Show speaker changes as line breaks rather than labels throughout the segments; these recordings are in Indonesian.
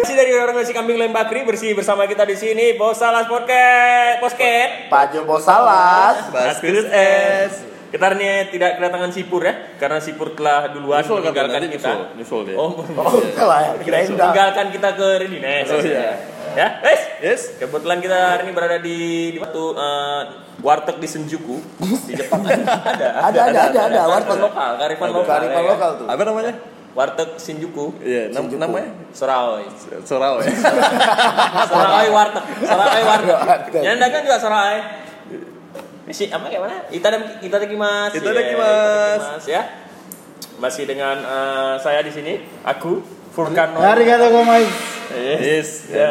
dari orang nasi kambing lem bakri bersih bersama kita di sini Bos Salas Podcast. Podcast.
Paju Bosalas.
Baskus S. Kita hari ini tidak kedatangan Sipur ya, karena Sipur telah duluan
Nyusul katanya,
meninggalkan
nanti
kita.
nyusul, nyusul dia.
Oh,
Oh, enggak lah ya. Kirain enggak.
meninggalkan kita ke Redines.
Oh, iya.
Ya, wes.
Yes.
Kebetulan kita hari ini berada di di waktu eh, warteg di Senjuku di Jepang ada.
Ada, ada, ada, ada,
warteg
warteg.
lokal, karifan
Ada
lokal.
karifan
ya.
lokal tuh.
Apa namanya?
Warteg Shinjuku,
Iya, nam-
Shinjuku.
namanya
Suraoi.
Sorau ya.
Sarawi warteg, Sarawi warteg.
Warteg.
Yang dagang juga Sarawi. Si apa kayak mana? Itadam itadakimasu. ya,
Itadakimasu.
itadakimasu, ya. Masih dengan eh, saya di sini, aku Furkano.
kan?
Arigato gomaiz.
Yes.
Ya.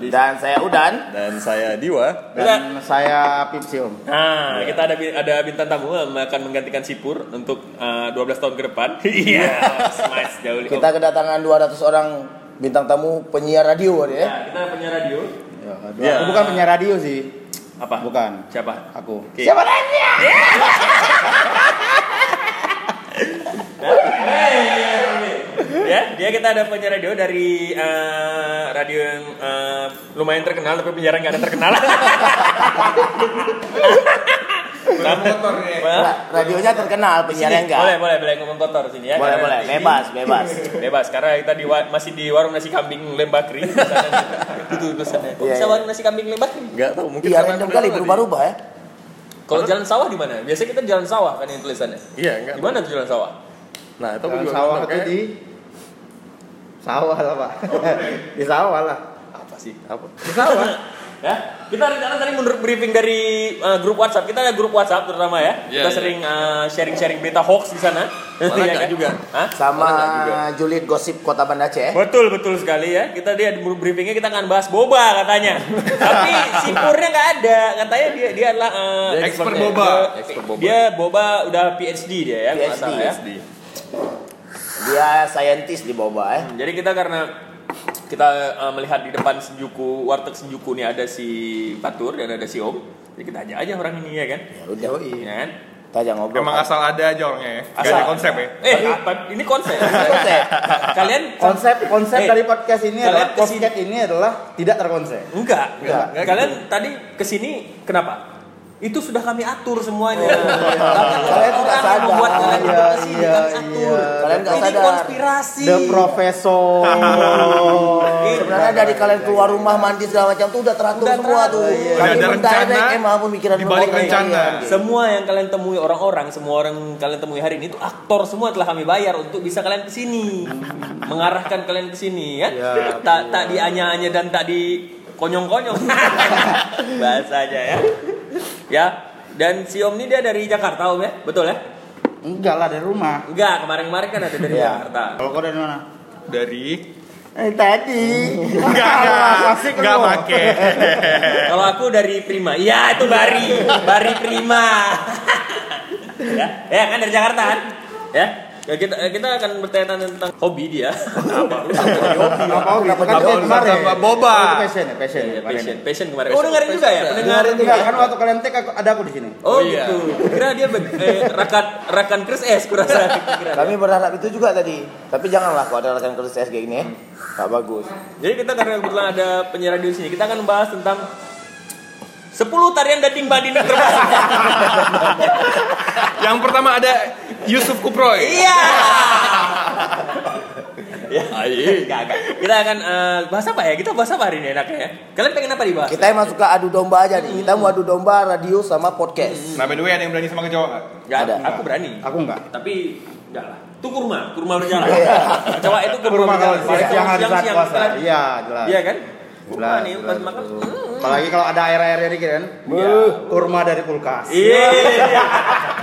Dan saya Udan.
Dan saya Diwa.
Dan saya Pipsi Om.
Nah, kita ada bi- ada bintang tamu yang akan menggantikan Sipur untuk eh, 12 tahun ke depan. Iya, nice jauh. lebih-
Kita kedatangan 200 orang bintang tamu penyiar radio ada ya.
Ya, kita punya radio.
Ya, aduh,
Ya.
Aku bukan penyiar radio sih.
Apa?
Bukan.
Siapa?
Aku.
Oke.
Siapa nanya?
ya dia kita ada penyiar radio dari eh, radio yang eh, lumayan terkenal tapi penyiaran nggak ada terkenal Nah,
Nah, radionya terkenal, penyiarnya enggak.
boleh boleh boleh ngomong kotor sini ya
Boleh,
Karena
boleh.
ini
Bebas, bebas.
bebas karena kita di wa- masih di warung nasi kambing lembakri itu tulisannya kok
Iya,
bisa
iya.
warung nasi kambing lembakri
Enggak tahu mungkin
Iya,
karena
random
mereka
kali
tadi.
berubah-ubah ya.
kalau jalan sawah di mana biasanya kita jalan sawah kan yang tulisannya
Iya, enggak.
di mana tuh jalan sawah
Nah, itu aku
Jalan
juga
sawah
nggak
itu
tahu,
di sawah lah pak. di sawah lah.
apa sih
kayak- Oh. apa?
Di sawah.
ya kita rencana tadi menurut briefing dari uh, grup WhatsApp kita ada grup WhatsApp terutama ya
Iya,
kita
iya.
sering uh, sharing-sharing berita hoax di sana
Malah
Iya
nggak juga.
Hah?
Sama
Ada juga.
Julid Gosip Kota Banda Aceh.
betul betul sekali ya kita dia di briefingnya kita akan bahas boba katanya tapi sipurnya nggak ada katanya dia dia adalah uh, expert
Dia expert
ya.
boba.
dia,
Expert boba.
dia boba udah PhD dia ya kalau nggak
PhD.
salah ya.
Di-
Dia saintis di Boba ya.
Jadi kita karena kita uh, melihat di depan Senjuku, warteg Senjuku nih ada si Fatur dan ada si Om. Jadi kita ajak aja orang ini ya kan.
Ya udah.
Ya kan?
Kita aja ngobrol.
Emang asal ada aja orangnya ya? Gak
Asal.
ada konsep ya?
Eh, apa- ini konsep.
Konsep.
Kalian
Konsep konsep
Eh,
dari podcast ini
kalian
adalah
kesini-
podcast ini adalah tidak terkonsep.
enggak.
Enggak,
enggak. Kalian tadi kesini kenapa? Itu sudah kami atur semuanya. Kalian
Kalian
orang
tidak
yang
sadar.
membuat kalian
Iya,
berdua kesini,
iya,
kami atur.
iya.
Kalian nggak
ini
sadar.
konspirasi.
The Professor.
Sebenarnya dari kalian keluar rumah mandi segala macam tuh udah teratur
Udah
semua
teratur,
tuh.
iya.
Udah
Kami
ada
mendirect
rencana,
emang pemikiran
dibalik
orang
rencana.
kalian.
Semua yang kalian temui orang-orang, semua orang yang kalian temui hari ini itu aktor semua telah kami bayar untuk bisa kalian ke sini. Mengarahkan kalian ke sini ya. tak tak dianya-anya dan tak di konyong-konyong. Bahasanya ya. Ya, dan si Om ini dia dari Jakarta Om ya, betul ya?
Enggak lah dari rumah.
Enggak, kemarin-kemarin kan ada dari
Iya.
Jakarta.
Kalau kau dari mana?
Dari
Eh tadi.
Enggak, enggak
Asik
Enggak
lu.
pake
Kalau aku dari Prima. Iya, itu Bari. Bari Prima. ya, ya kan dari Jakarta kan? Ya. Ya, kita kita akan bertanya tentang hobi dia. Apa?
Kenapa hobi?
Kenapa
Itu kan
jauh?
saya kemarin.
Sama Boba.
Oh, itu Passion ya, passion.
Iya,
ya, kemarin.
passion, passion kemarin. Oh, dengerin juga ya? Pendengarin
Dengarin
juga.
juga kan waktu kalian take aku- ada aku di sini.
Oh,
Oh, iya.
gitu. Kira dia bag- eh, rakan rakan Chris S kurasa. Kira.
Kami berharap itu juga tadi. Tapi janganlah kalau ada rekan kerja SG ini ya. Gak bagus.
Jadi kita karena kebetulan ada penyiar radio di sini, kita akan membahas tentang 10 tarian dating Iya. badin terbaik.
Yang pertama ada Yusuf Kuproy
Iya. ya, enggak, enggak. Kita akan eh, bahas apa ya? Kita bahas apa hari ini enaknya ya? Kalian pengen apa dibahas?
Kita emang suka adu domba aja nih. Kita mau adu domba radio sama podcast.
Nah by the way ada yang berani sama kecoa nggak?
Enggak ada.
Ada.
Aku berani.
Aku enggak.
Tapi enggak lah. Itu kurma, kurma berjalan. Coba itu Iya. kurma,
Kurma kalau
berjalan.
siang, siang hari saat puasa. Iya, jelas.
Iya kan? Kurma
Jelas,
nih
jelas,
pas makan.
betul. Apalagi kalau ada air-airnya dikit kan.
Iya.
Beuh, Kurma dari kulkas.
Iya.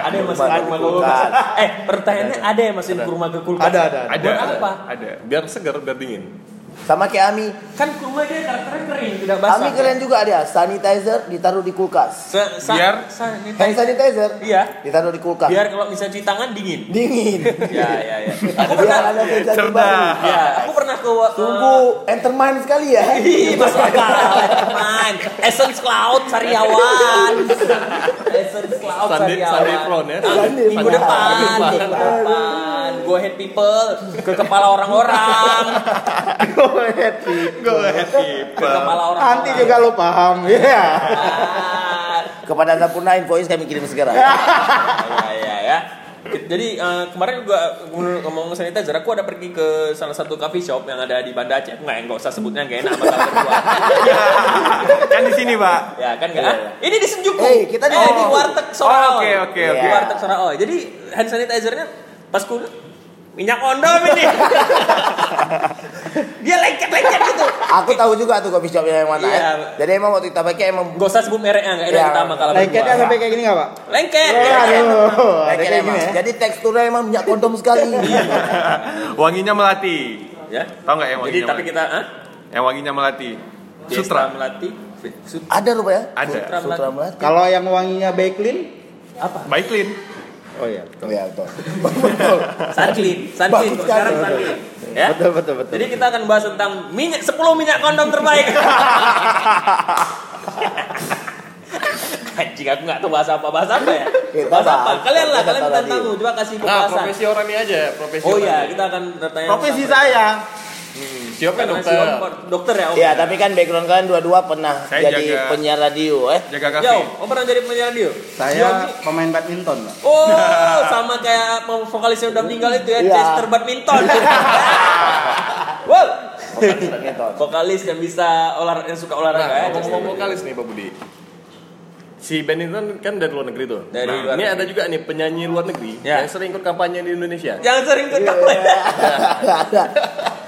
Ada yang masukin
Kurma
kurma
ke
ke kulkas.
kulkas.
Eh, pertanyaannya ada yang masukin kurma ke kulkas?
Ada, ada, ada.
Ada
Buat apa?
Ada
Biar segar, biar dingin.
Sama kayak Ami.
Kan kurma dia karakternya kering, tidak basah. ya.
Ami keren juga dia. Sanitizer ditaruh di kulkas.
Sa- sa-
Biar
sa- ini-
Hand sanitizer
Iya.
ditaruh di kulkas.
Biar kalau bisa cuci tangan dingin.
Dingin.
Ya, ya, ya. Aku
Biar
pernah
Iya. ada sensasi
Cerdas.
baru.
ya, aku pernah ke uh,
Sungguh enterman sekali ya.
Ih, Mas Bakal, teman. Essence Cloud Sariawan. Essence Cloud
Sunday-
Sariawan.
Sunday Front ya?
Ah,
Sunday
Minggu
Front.
depan,
Sunday
minggu depan. go ahead people ke kepala orang-orang,
Go ahead
ke
people.
kepala orang-orang.
Nanti juga lo paham, ya.
Ah,
Kepada Sampurna invoice kami kirim segera.
ya, ya, ya. Jadi eh, kemarin juga ngomong- ngomong sanitizer, aku ada pergi ke salah satu coffee shop yang ada di Banda Aceh. Nggak, nggak usah sebutnya, nggak enak sama kabar gua.
Kan di sini, Pak.
ya kan nggak? ah? Ini di Senjuku.
Eh, kita
Eh,
di Senjuku.
di warteg
Iya, Oh,
Sorao.
Oke, oke,
Di
oke.
Iya.
warteg Sorao. Jadi hand sanitizer-nya pas ku minyak ondom ini. Dia lengket-lengket gitu.
Aku tahu juga tuh coffee shopnya yang mana. eh.
Iya.
Jadi emang waktu kita pakai emang
Gak usah sebut mereknya, nggak ada
Iya.
yang utama kalau
Lengketnya
berdua.
Ya. sampai kayak gini nggak pak? Iya,
Lengket.
Aduh, ada
Lengket
kayak
emang.
gini ya.
Jadi teksturnya emang minyak kondom sekali.
Wanginya melati.
Ya.
Tahu nggak yang
Jadi
wanginya?
tapi
melati?
kita ah
Yang wanginya melati.
Sutra
Sutra.
Melati. Sut-
Ada rupanya.
Ada.
Sutra, Sutra Melati.
Kalau yang wanginya Baiklin?
apa?
Baiklin.
Nah,
Oh iya.
Iya, betul. Betul.
Sanklin, Sanklin.
Bagus
Kok Sekarang
sekali.
Sanklin. Ya.
Betul betul betul.
Jadi kita akan bahas tentang minyak 10 minyak kondom terbaik. Anjing aku nggak tahu bahasa apa bahasa apa ya.
Kita
Bahasa apa?
bahas.
Kalian lah,
Kita
kalian
tahu
bintang
tadi.
tamu. Coba kasih
Nah,
pembahasan.
profesi orang ini aja, profesi
Oh
orang
iya,
ini.
kita akan bertanya.
Profesi
tentang-
saya.
Siapa
Karena si
dokter?
Om dokter ya. Om.
Iya,
Ya, tapi kan background kalian dua-dua pernah
Saya
jadi
jaga-
penyiar radio, eh.
Jaga
Yo,
kafe.
om pernah jadi penyiar radio?
Saya pemain badminton pak.
Oh, sama kayak mau vokalisnya udah meninggal itu ya,
Iya.
Chester badminton. wow,
Badminton.
vokalis yang bisa olahraga yang suka olahraga ya.
Nah,
Chester.
ngomong-ngomong vokalis nih Pak Budi. Si Benington kan dari luar negeri tuh.
Dari
Nah,
luar
ini
negeri.
ada juga nih penyanyi luar negeri
Ya.
yang sering ikut kampanye di Indonesia.
Jangan sering ikut ya. kampanye.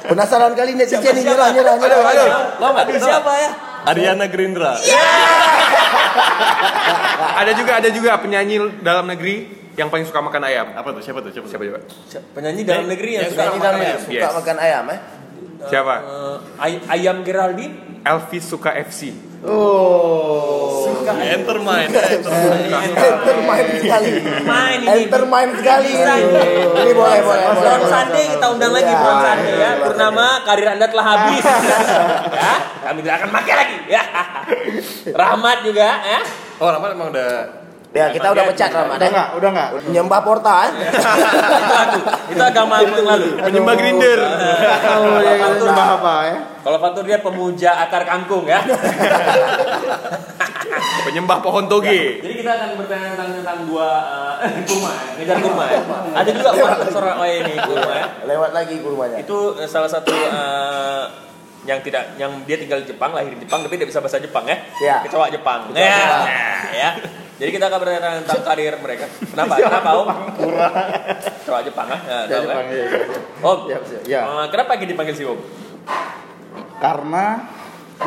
Penasaran kali nih
Siapa,
Cici nih
siapa?
nyerah nyerah nyerah.
Aduh,
nyerah.
lo nggak tahu siapa ya?
Ariana Grindra.
Ada juga ada juga penyanyi dalam negeri yang paling suka makan ayam.
Apa tuh? Siapa tuh? Siapa?
Siapa
Siapa?
coba?
Penyanyi dalam negeri yang
Yang ya?
suka ya?
Penyanyi dalam negeri suka
Yes.
makan ayam, eh.
Siapa?
Eh, ay- ayam Geraldine.
Elvis suka FC.
Oh.
Entermine.
Entermain sekali.
Main ini.
Entermain sekali.
Bisa ini.
Ini boleh boleh boleh.
Front Sunday kita undang lagi
Iya.
Front Sunday ya.
Iya.
Purnama karir Anda telah habis. ya, kami tidak akan pakai lagi. Ya. Rahmat juga ya.
Oh, Rahmat emang udah
Ya, kita udah pecat Rahmat
Udah
eh.
nggak? Udah nggak?
Menyembah portal, eh.
itu aku. Itu agama aku yang lalu.
Penyembah grinder.
Oh, iya,
Apa tuh?
nambah apa ya?
Kalau Fatur dia pemuja akar kangkung ya.
Penyembah pohon toge.
Ya.
Jadi kita akan bertanya tentang tentang dua eh, kurma, ya. ngejar kurma. Ya. Ada juga warteg Soroi ini kurma. Ya.
Lewat lagi kurmanya.
Itu eh, salah satu eh, yang tidak yang dia tinggal di Jepang, lahir di Jepang tapi tidak bisa bahasa Jepang ya.
Iya.
Kecoa Jepang.
Kecoa
ya.
Jepang.
ya. Jadi kita akan bertanya tentang karir mereka. Kenapa? Kenapa Om? Kecoa Jepang ah. Ya, tahu,
Dari
ya.
panggil.
Om.
Siap, siap. Ya.
eh, kenapa kita dipanggil si Om?
Karena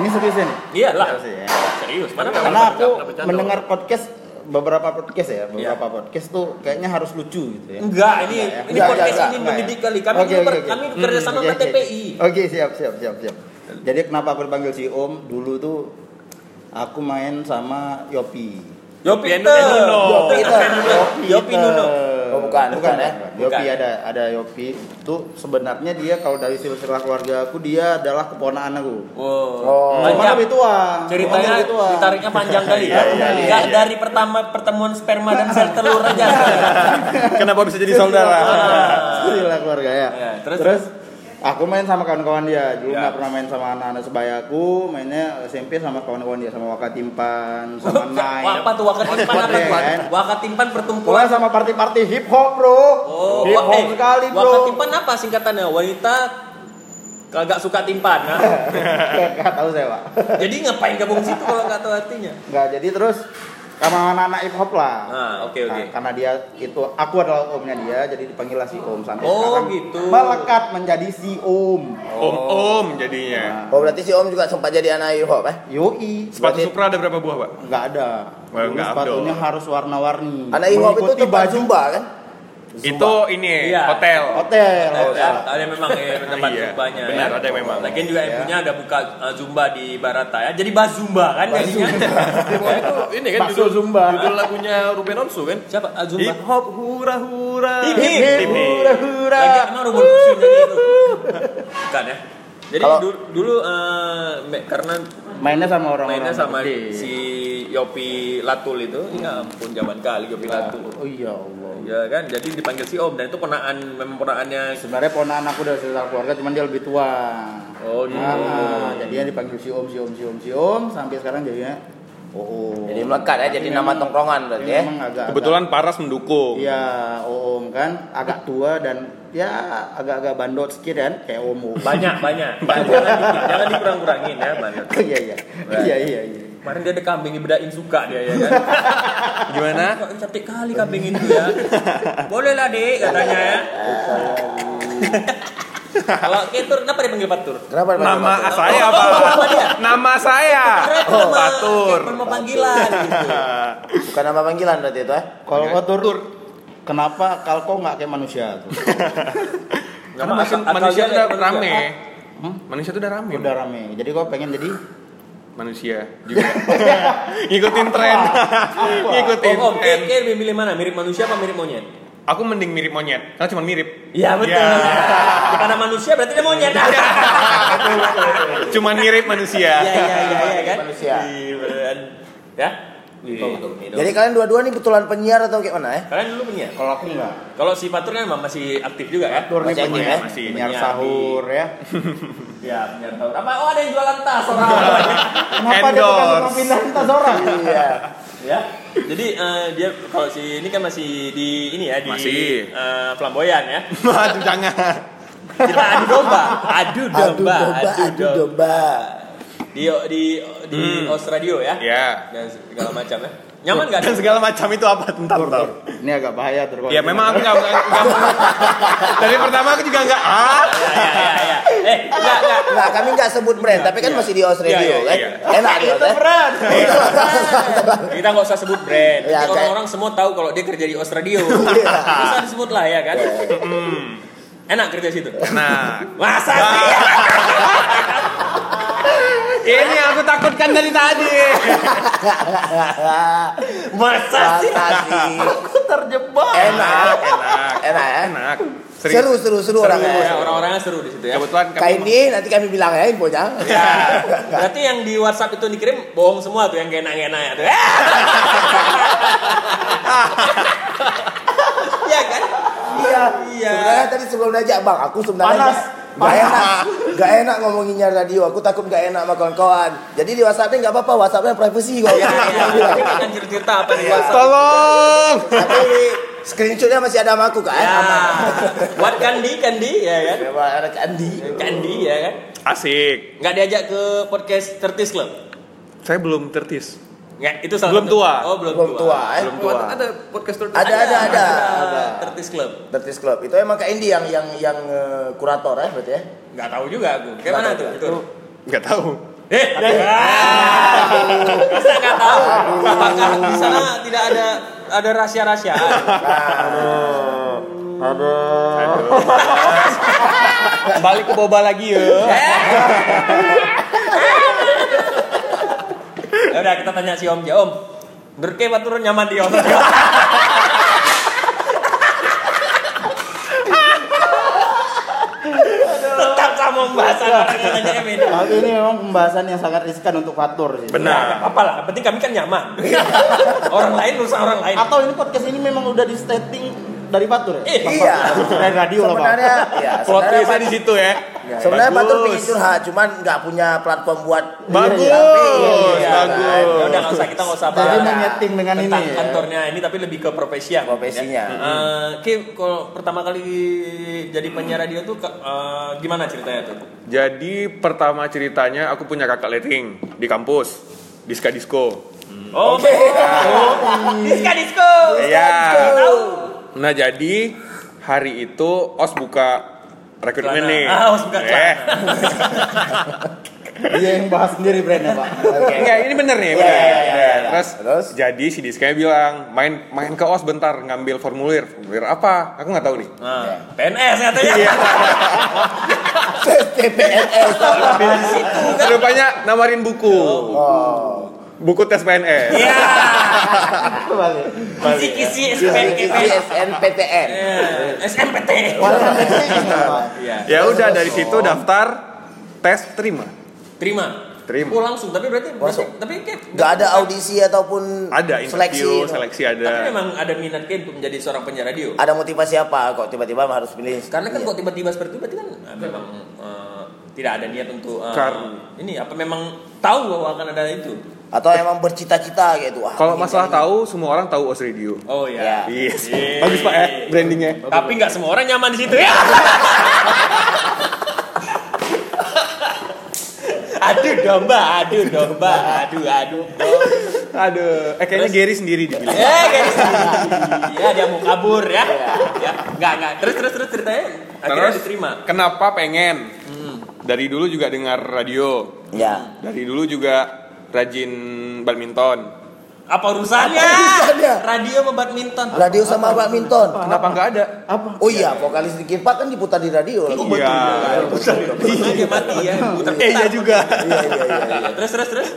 ini serius ini.
Iyalah.
Serius ya.
Serius. Mana
Karena
mana-
aku
mana- mana-
mendengar podcast beberapa podcast ya,
Iya.
beberapa podcast tuh kayaknya harus lucu gitu ya.
Enggak, ini
Enggak ya?
ini
Enggak,
podcast
enggak,
ini
enggak ya?
mendidik kali. Kami
Oke,
dulu
oke,
ker-
oke. Hmm,
kami kerja sama
Oke,
sama
oke, oke.
TPI.
Oke, siap, siap, siap, siap. Jadi kenapa aku dipanggil si Om? Dulu tuh aku main sama Yopi.
Yopi
Piano Nuno.
Yopi Nuno. Oh, iya. Yopi Nuno.
Oh, bukan, bukan, ya?
Yopi
Bukan.
ada ada Yopi. Itu sebenarnya dia kalau dari silsilah keluarga aku dia adalah keponakan aku.
Wow.
Oh.
Cuma
Panjang.
lebih tua.
Ceritanya
Cuma lebih tua.
ditariknya panjang kali
Iya,
ya. Enggak dari pertama pertemuan sperma dan sel telur aja.
Iya,
Kenapa bisa jadi saudara?
Silsilah keluarga
Ya,
ya.
Ah. terus?
terus, aku main sama kawan-kawan dia. Dulu
Ya.
nggak pernah main sama anak-anak sebayaku. Mainnya SMP sama kawan-kawan dia sama Wakatimpan, sama Nai.
Wah, Apa tuh wakatimpan apa tuh?
Iya, kan?
Wakatimpan
Mulai
pertumpuan.
sama party-party hip hop, Bro.
Oh,
hip hop
eh,
sekali, Bro.
Wakatimpan apa singkatannya? Wanita kagak suka timpan. Nah,
Gak tahu saya, Pak.
jadi ngapain gabung situ kalau nggak tahu artinya?
Nggak, jadi terus sama anak-anak hip hop lah.
Nah, oke oke.
Nah, karena dia itu aku adalah omnya dia, jadi dipanggil lah si Om sampai
Oh,
sekarang
gitu.
melekat menjadi si Om.
Oh.
Om-om jadinya.
Oh, berarti si Om juga sempat jadi anak hip hop, eh.
Yoi.
Sepatu Supra ada berapa buah, Pak?
Nggak ada.
Well,
Dulu
nggak
sepatunya
abdol.
harus warna-warni.
Anak hip hop itu
Mengikuti
tempat Zumba kan?
Itu ini
Iya.
hotel.
hotel.
Oh,
hotel.
ya, ada memang ya tempat
Iya,
zumbanya
benar,
ya.
ada memang.
Lagian juga yang
Ya.
punya ada buka uh, zumba di Barata ya. Jadi bas zumba kan jadinya.
itu ini kan
Bakso
judul
Zumba.
Judul lagunya Ruben Onsu kan?
Siapa? Ah, zumba.
Hip hop hura hura.
Hip hip.
Hip hip.
Hura hura.
Lagi emang rumah kursi jadi itu. Bukan ya? Jadi
Kalau-
dulu, dulu eh, me- karena
mainnya sama Iya. orang
mainnya sama si Yopi Latul itu, ya ampun zaman kali Yopi Latul.
Oh iya Allah.
Ya kan, jadi dipanggil si Om dan itu ponaan memang ponaannya
Sebenarnya ponakan aku dari sesama keluarga, cuman dia lebih tua.
Oh, gitu.
Nah, jadinya dipanggil si om, si om, si om, si om, sampai sekarang jadinya oh.
Jadi melekat ya, jadi nama tongkrongan berarti ya.
Memang agak
Kebetulan Paras mendukung.
Iya, om kan agak tua dan ya agak-agak bandot sedikit kan, kayak om. om.
banyak banyak. jangan, dikit, jangan dikurang-kurangin ya banyak.
Iya iya. Iya iya iya.
Kemarin dia ada kambing dibedain suka dia ya kan.
Gimana?
Kok cantik kali kambing itu ya. Boleh lah dek katanya ya. Kalau Ketur kenapa dipanggil Patur?
Kenapa namanya
Nah,
Nama
Patur?
saya apa? Nama saya
Karena
Patur.
Nama panggilan gitu.
Bukan nama panggilan berarti itu ya.
Kalau kau tur, kenapa kalau kau nggak kayak manusia tuh?
Karena
Nama
manusia,
akal- gitu
manusia
akalnya
udah
manusia.
rame.
ya.
Hmm?
Manusia tuh udah rame.
Udah rame. Jadi kau pengen jadi
Manusia juga. Ngikutin tren. Ngikutin
Om, om, Kek
tren.
Kek lebih milih mana? Mirip manusia apa mirip monyet?
Aku mending mirip monyet. Karena cuma mirip.
Iya betul. Karena manusia berarti dia monyet. Iya
Cuman mirip manusia.
iya iya iya kan.
Manusia.
Iya, beneran. Ya. Jadi
Iya.
Jadi kalian dua-dua nih betulan penyiar atau kayak mana ya?
kalian dulu penyiar.
kalau aku nggak.
Kalau si Patur kan emang masih aktif juga kan?
Tur nih
Masih aktif
penyiar,
ya?
Masih.
penyiar
Penyiar
sahur ya.
Iya, penyiar tahu. Apa oh ada yang jualan tas orang.
Kenapa dia tukang
Endorse.
tukang pindah tas orang?
Iya.
ya jadi eh, dia kalau si ini kan masih di ini ya di
Masih.
eh, flamboyan ya
Aduh jangan.
kita adu domba adu domba
Adu domba, adu domba.
di di di Os Radio ya
Ya.
dan segala macam ya nyaman nggak
Dan segala macam itu apa tentang tau.
Ini agak bahaya tur. kalau
Ya
kita-
memang aku nggak nggak- nggak- Dari pertama aku juga nggak. Ah.
ya ya ya, ya. eh nggak nggak
Enggak, kami enggak sebut brand,
Iya,
tapi kan masih di Os Radio
Iya, iya,
kan.
iya.
Enak gitu ya.
kita nggak usah sebut brand
Ya,
Nanti
kayak-
orang-orang semua tahu kalau dia kerja di Os Radio nggak usah disebut lah ya kan enak kerja situ
Nah,
masa sih
ini aku takutkan dari tadi.
masa sih
Fantasi.
terjebak
eh? Enak.
Ah, Enak,
Enak ya.
enak.
Seru, seru, seru
ya,
orangnya.
orang-orangnya seru di situ ya
Kebetulan
Kayak
kamu
ini nanti kami bilang ya infonya.
Iya.
Berarti yang di WhatsApp itu dikirim bohong semua tuh yang kayak enak-enak ya tuh. Iya kan?
Iya.
Iya.
Sebenarnya tadi sebelum diajak bang, aku sebenarnya
Panas.
Gak, gak enak, gak enak ngomonginnya radio. Aku takut gak enak sama kawan-kawan. Jadi di WhatsAppnya nggak apa-apa, WhatsAppnya privacy kok.
Iya, iya. Ini kan cerita apa di WhatsApp?
tolong.
Tapi screenshotnya masih ada sama aku kan?
Ya.
Aman.
Buat Kandi, Kandi ya kan?
Memang ada Kandi.
Kandi ya kan?
Asik.
Nggak diajak ke podcast 30 Club.
Saya belum tertis.
Nggak, itu salah
Belum
satu.
tua.
Oh, belum,
Belum tua, eh.
Belum tua.
Ada podcast 30
Ada, ada, ada.
ada. 30 Club.
Dirty's Club. Itu emang Kak Indi yang yang yang eh, kurator ya berarti ya?
Nggak tahu juga aku. Kayak mana
tahu
tuh?
juga.
Itu.
Nggak tahu.
Eh, ah, masa nggak tahu? Apakah di sana tidak ada ada rahasia-rahasia?
Balik ke boba lagi ya.
Ya udah kita tanya si Om aja. Om, menurut kayak baturun nyaman di Om. Tetap sama pembahasan orangnya nanya beda.
Kalau ini memang pembahasan yang sangat riskan untuk fatur sih.
Nah, nggak apa-apa lah. Yang penting kami kan nyaman. orang lain urusan orang lain.
Atau ini podcast ini memang udah di setting dari Fatur ya?
Eh,
Iya.
Dari radio lah, Pak.
Sebenarnya, ya,
Plot
sebenarnya
twistnya di situ ya.
Sebenarnya Batur
Bagus.
pingin curhat, cuman nggak punya platform buat
Bagus,
Iya,
bagus.
Ya udah nggak usah kita nggak usah
Jadi
bahas
menyeting dengan
tentang
ini. ya.
kantornya ini tapi lebih ke profesi ya.
Profesinya.
Hmm.
Eh, Ki, kalau pertama kali jadi penyiar radio tuh ke- eh, gimana ceritanya tuh?
Jadi pertama ceritanya aku punya kakak letting di kampus. Diska disco.
Oh, diska disco.
Iya.
Tahu.
Nah jadi hari itu os buka rekrutmen
Celana.
nih.
Ah, Os buka celana.
Eh,
Dia yang bahas sendiri brandnya Pak.
Eh, Enggak, ini bener nih, bener.
iya, iya,
Bener.
iya.
Terus,
Terus?
jadi si Diska bilang, main main ke OS bentar ngambil formulir. Formulir apa? Aku nggak tahu nih.
Nah, PNS katanya.
Iya.
Tes TPNS.
Rupanya nawarin buku. Buku tes PNS.
Iya.
Kembali.
Kisi-kisi SPKPN.
SNPTN.
Eh, SMPT.
Malah sampai sini, Pak.
Iya.
Ya udah dari situ daftar tes terima.
Terima.
Terima.
Oh langsung, tapi berarti, berarti
Langsung.
tapi kayak
Gak ada audisi ataupun
Ada interview,
seleksi.
seleksi,
Tapi
ada.
memang ada minat kayak untuk menjadi seorang penyiar radio.
Ada motivasi apa kok tiba-tiba harus pilih?
Karena kan
Iya.
kok tiba-tiba seperti itu berarti kan ah, memang eh, tidak ada niat untuk eh,
Kar-
ini apa memang tahu bahwa akan ada itu.
atau emang bercita-cita gitu. Wah,
Kalau
ini
masalah
kayaknya-
tahu, semua orang tahu Os Radio.
Oh
Iya.
ya.
Yes.
Yeay.
Bagus Pak ya brandingnya.
Tapi nggak semua orang nyaman di situ ya. aduh domba, aduh domba, aduh aduh. domba.
Aduh, eh kayaknya Gary sendiri dibilang.
Eh, guys. ya dia mau kabur ya.
Iya.
ya. Nggak nggak. Terus terus terus ceritanya akhirnya diterima.
Kenapa pengen?
Hmm.
Dari dulu juga dengar radio.
Ya.
Dari dulu juga rajin badminton.
Apa urusannya?
Apa urusannya?
Radio sama badminton.
Radio sama badminton.
Kenapa nggak ada?
Oh iya, vokalis di Park kan diputar di radio. lagi.
Iya.
Dia mati ya. Putar
Eh iya juga.
Iya, iya, iya, iya.
Terus terus terus.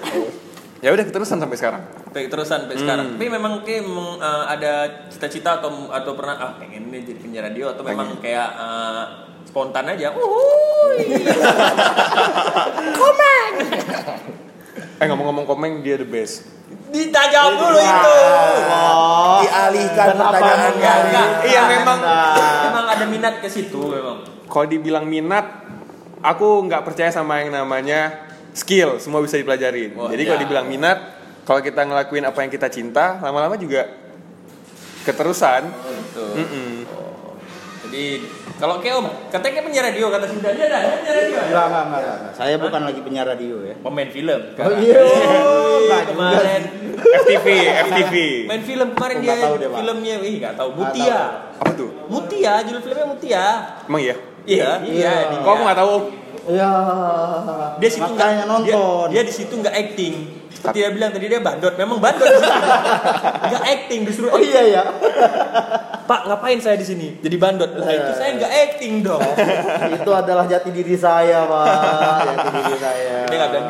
ya udah keterusan sampai sekarang.
Baik, terusan sampai sekarang. Tapi memang kayak memang, eh, ada cita-cita atau atau pernah ah pengen nih jadi penyiar radio atau memang kayak eh, spontan aja. Uh, Uhuy.
Eh ngomong-ngomong komeng dia the best.
Ditajawab dulu itu.
Dialihkan pertanyaannya.
enggak, enggak.
Iya memang.
Memang ada minat ke situ memang.
Kalau dibilang minat, aku nggak percaya sama yang namanya skill. Semua bisa dipelajarin.
Oh,
Jadi
iya.
kalau dibilang minat, kalau kita ngelakuin apa yang kita cinta, lama-lama juga keterusan.
Gitu. Oh. Jadi kalau Keom, katanya kayak penyiar radio kata sudah dia dah, penyiar radio.
Enggak, enggak, enggak, enggak. Saya bukan lagi penyiar radio ya.
Pemain film.
iya.
Wih, Kemarin
FTV, FTV.
main film kemarin
Nggak
dia
tahu deh, Pak.
filmnya ih enggak tahu
Nggak
Mutia.
Apa tuh?
Mutia, judul filmnya Mutia.
Emang iya?
Iya, iya. dia.
Kok aku nggak tahu? Om?
Iya.
Dia situ nggak
makanya nonton.
Dia, dia di situ nggak acting. Seperti dia bilang tadi dia bandot, memang bandot. di situ. Nggak acting disuruh.
Oh iya ya.
Pak ngapain saya di sini? Jadi bandot. Lah itu saya nggak
Eh.
acting dong.
Itu adalah jati diri saya, Pak. Jati diri saya.
Dia nggak bilang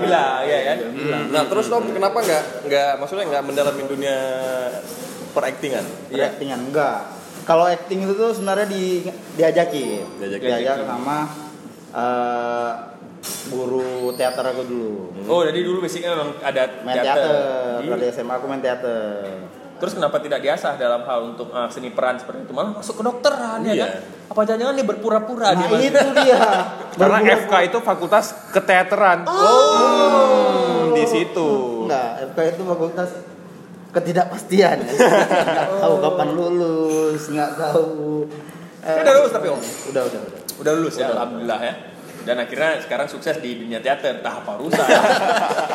gila, ya kan?
Iya,
Nah terus Om kenapa nggak nggak maksudnya nggak mendalami dunia peraktingan?
Iya, actingan enggak. Kalau acting itu tuh sebenarnya di diajakin.
Diajakin.
Diajak sama eh, guru teater aku dulu.
Oh, jadi dulu basicnya memang ada
iya.
Iya.
Main teater, dari SMA aku main teater.
Terus kenapa tidak diasah dalam hal untuk eh, seni peran seperti itu? Malah masuk ke dokteran ya
Iya.
kan? Apa jangan-jangan dia berpura-pura
Nah,
dia Mas?
itu dia.
Karena
Berguna-
FK itu fakultas keteateran. Oh, di situ.
Enggak, FK itu fakultas ketidakpastian. Enggak tahu kapan lulus, enggak tahu. Eh,
Dia udah lulus tapi om.
Udah, udah, udah.
Udah lulus ya, alhamdulillah ya. Dan akhirnya sekarang sukses di dunia teater, entah apa rusak.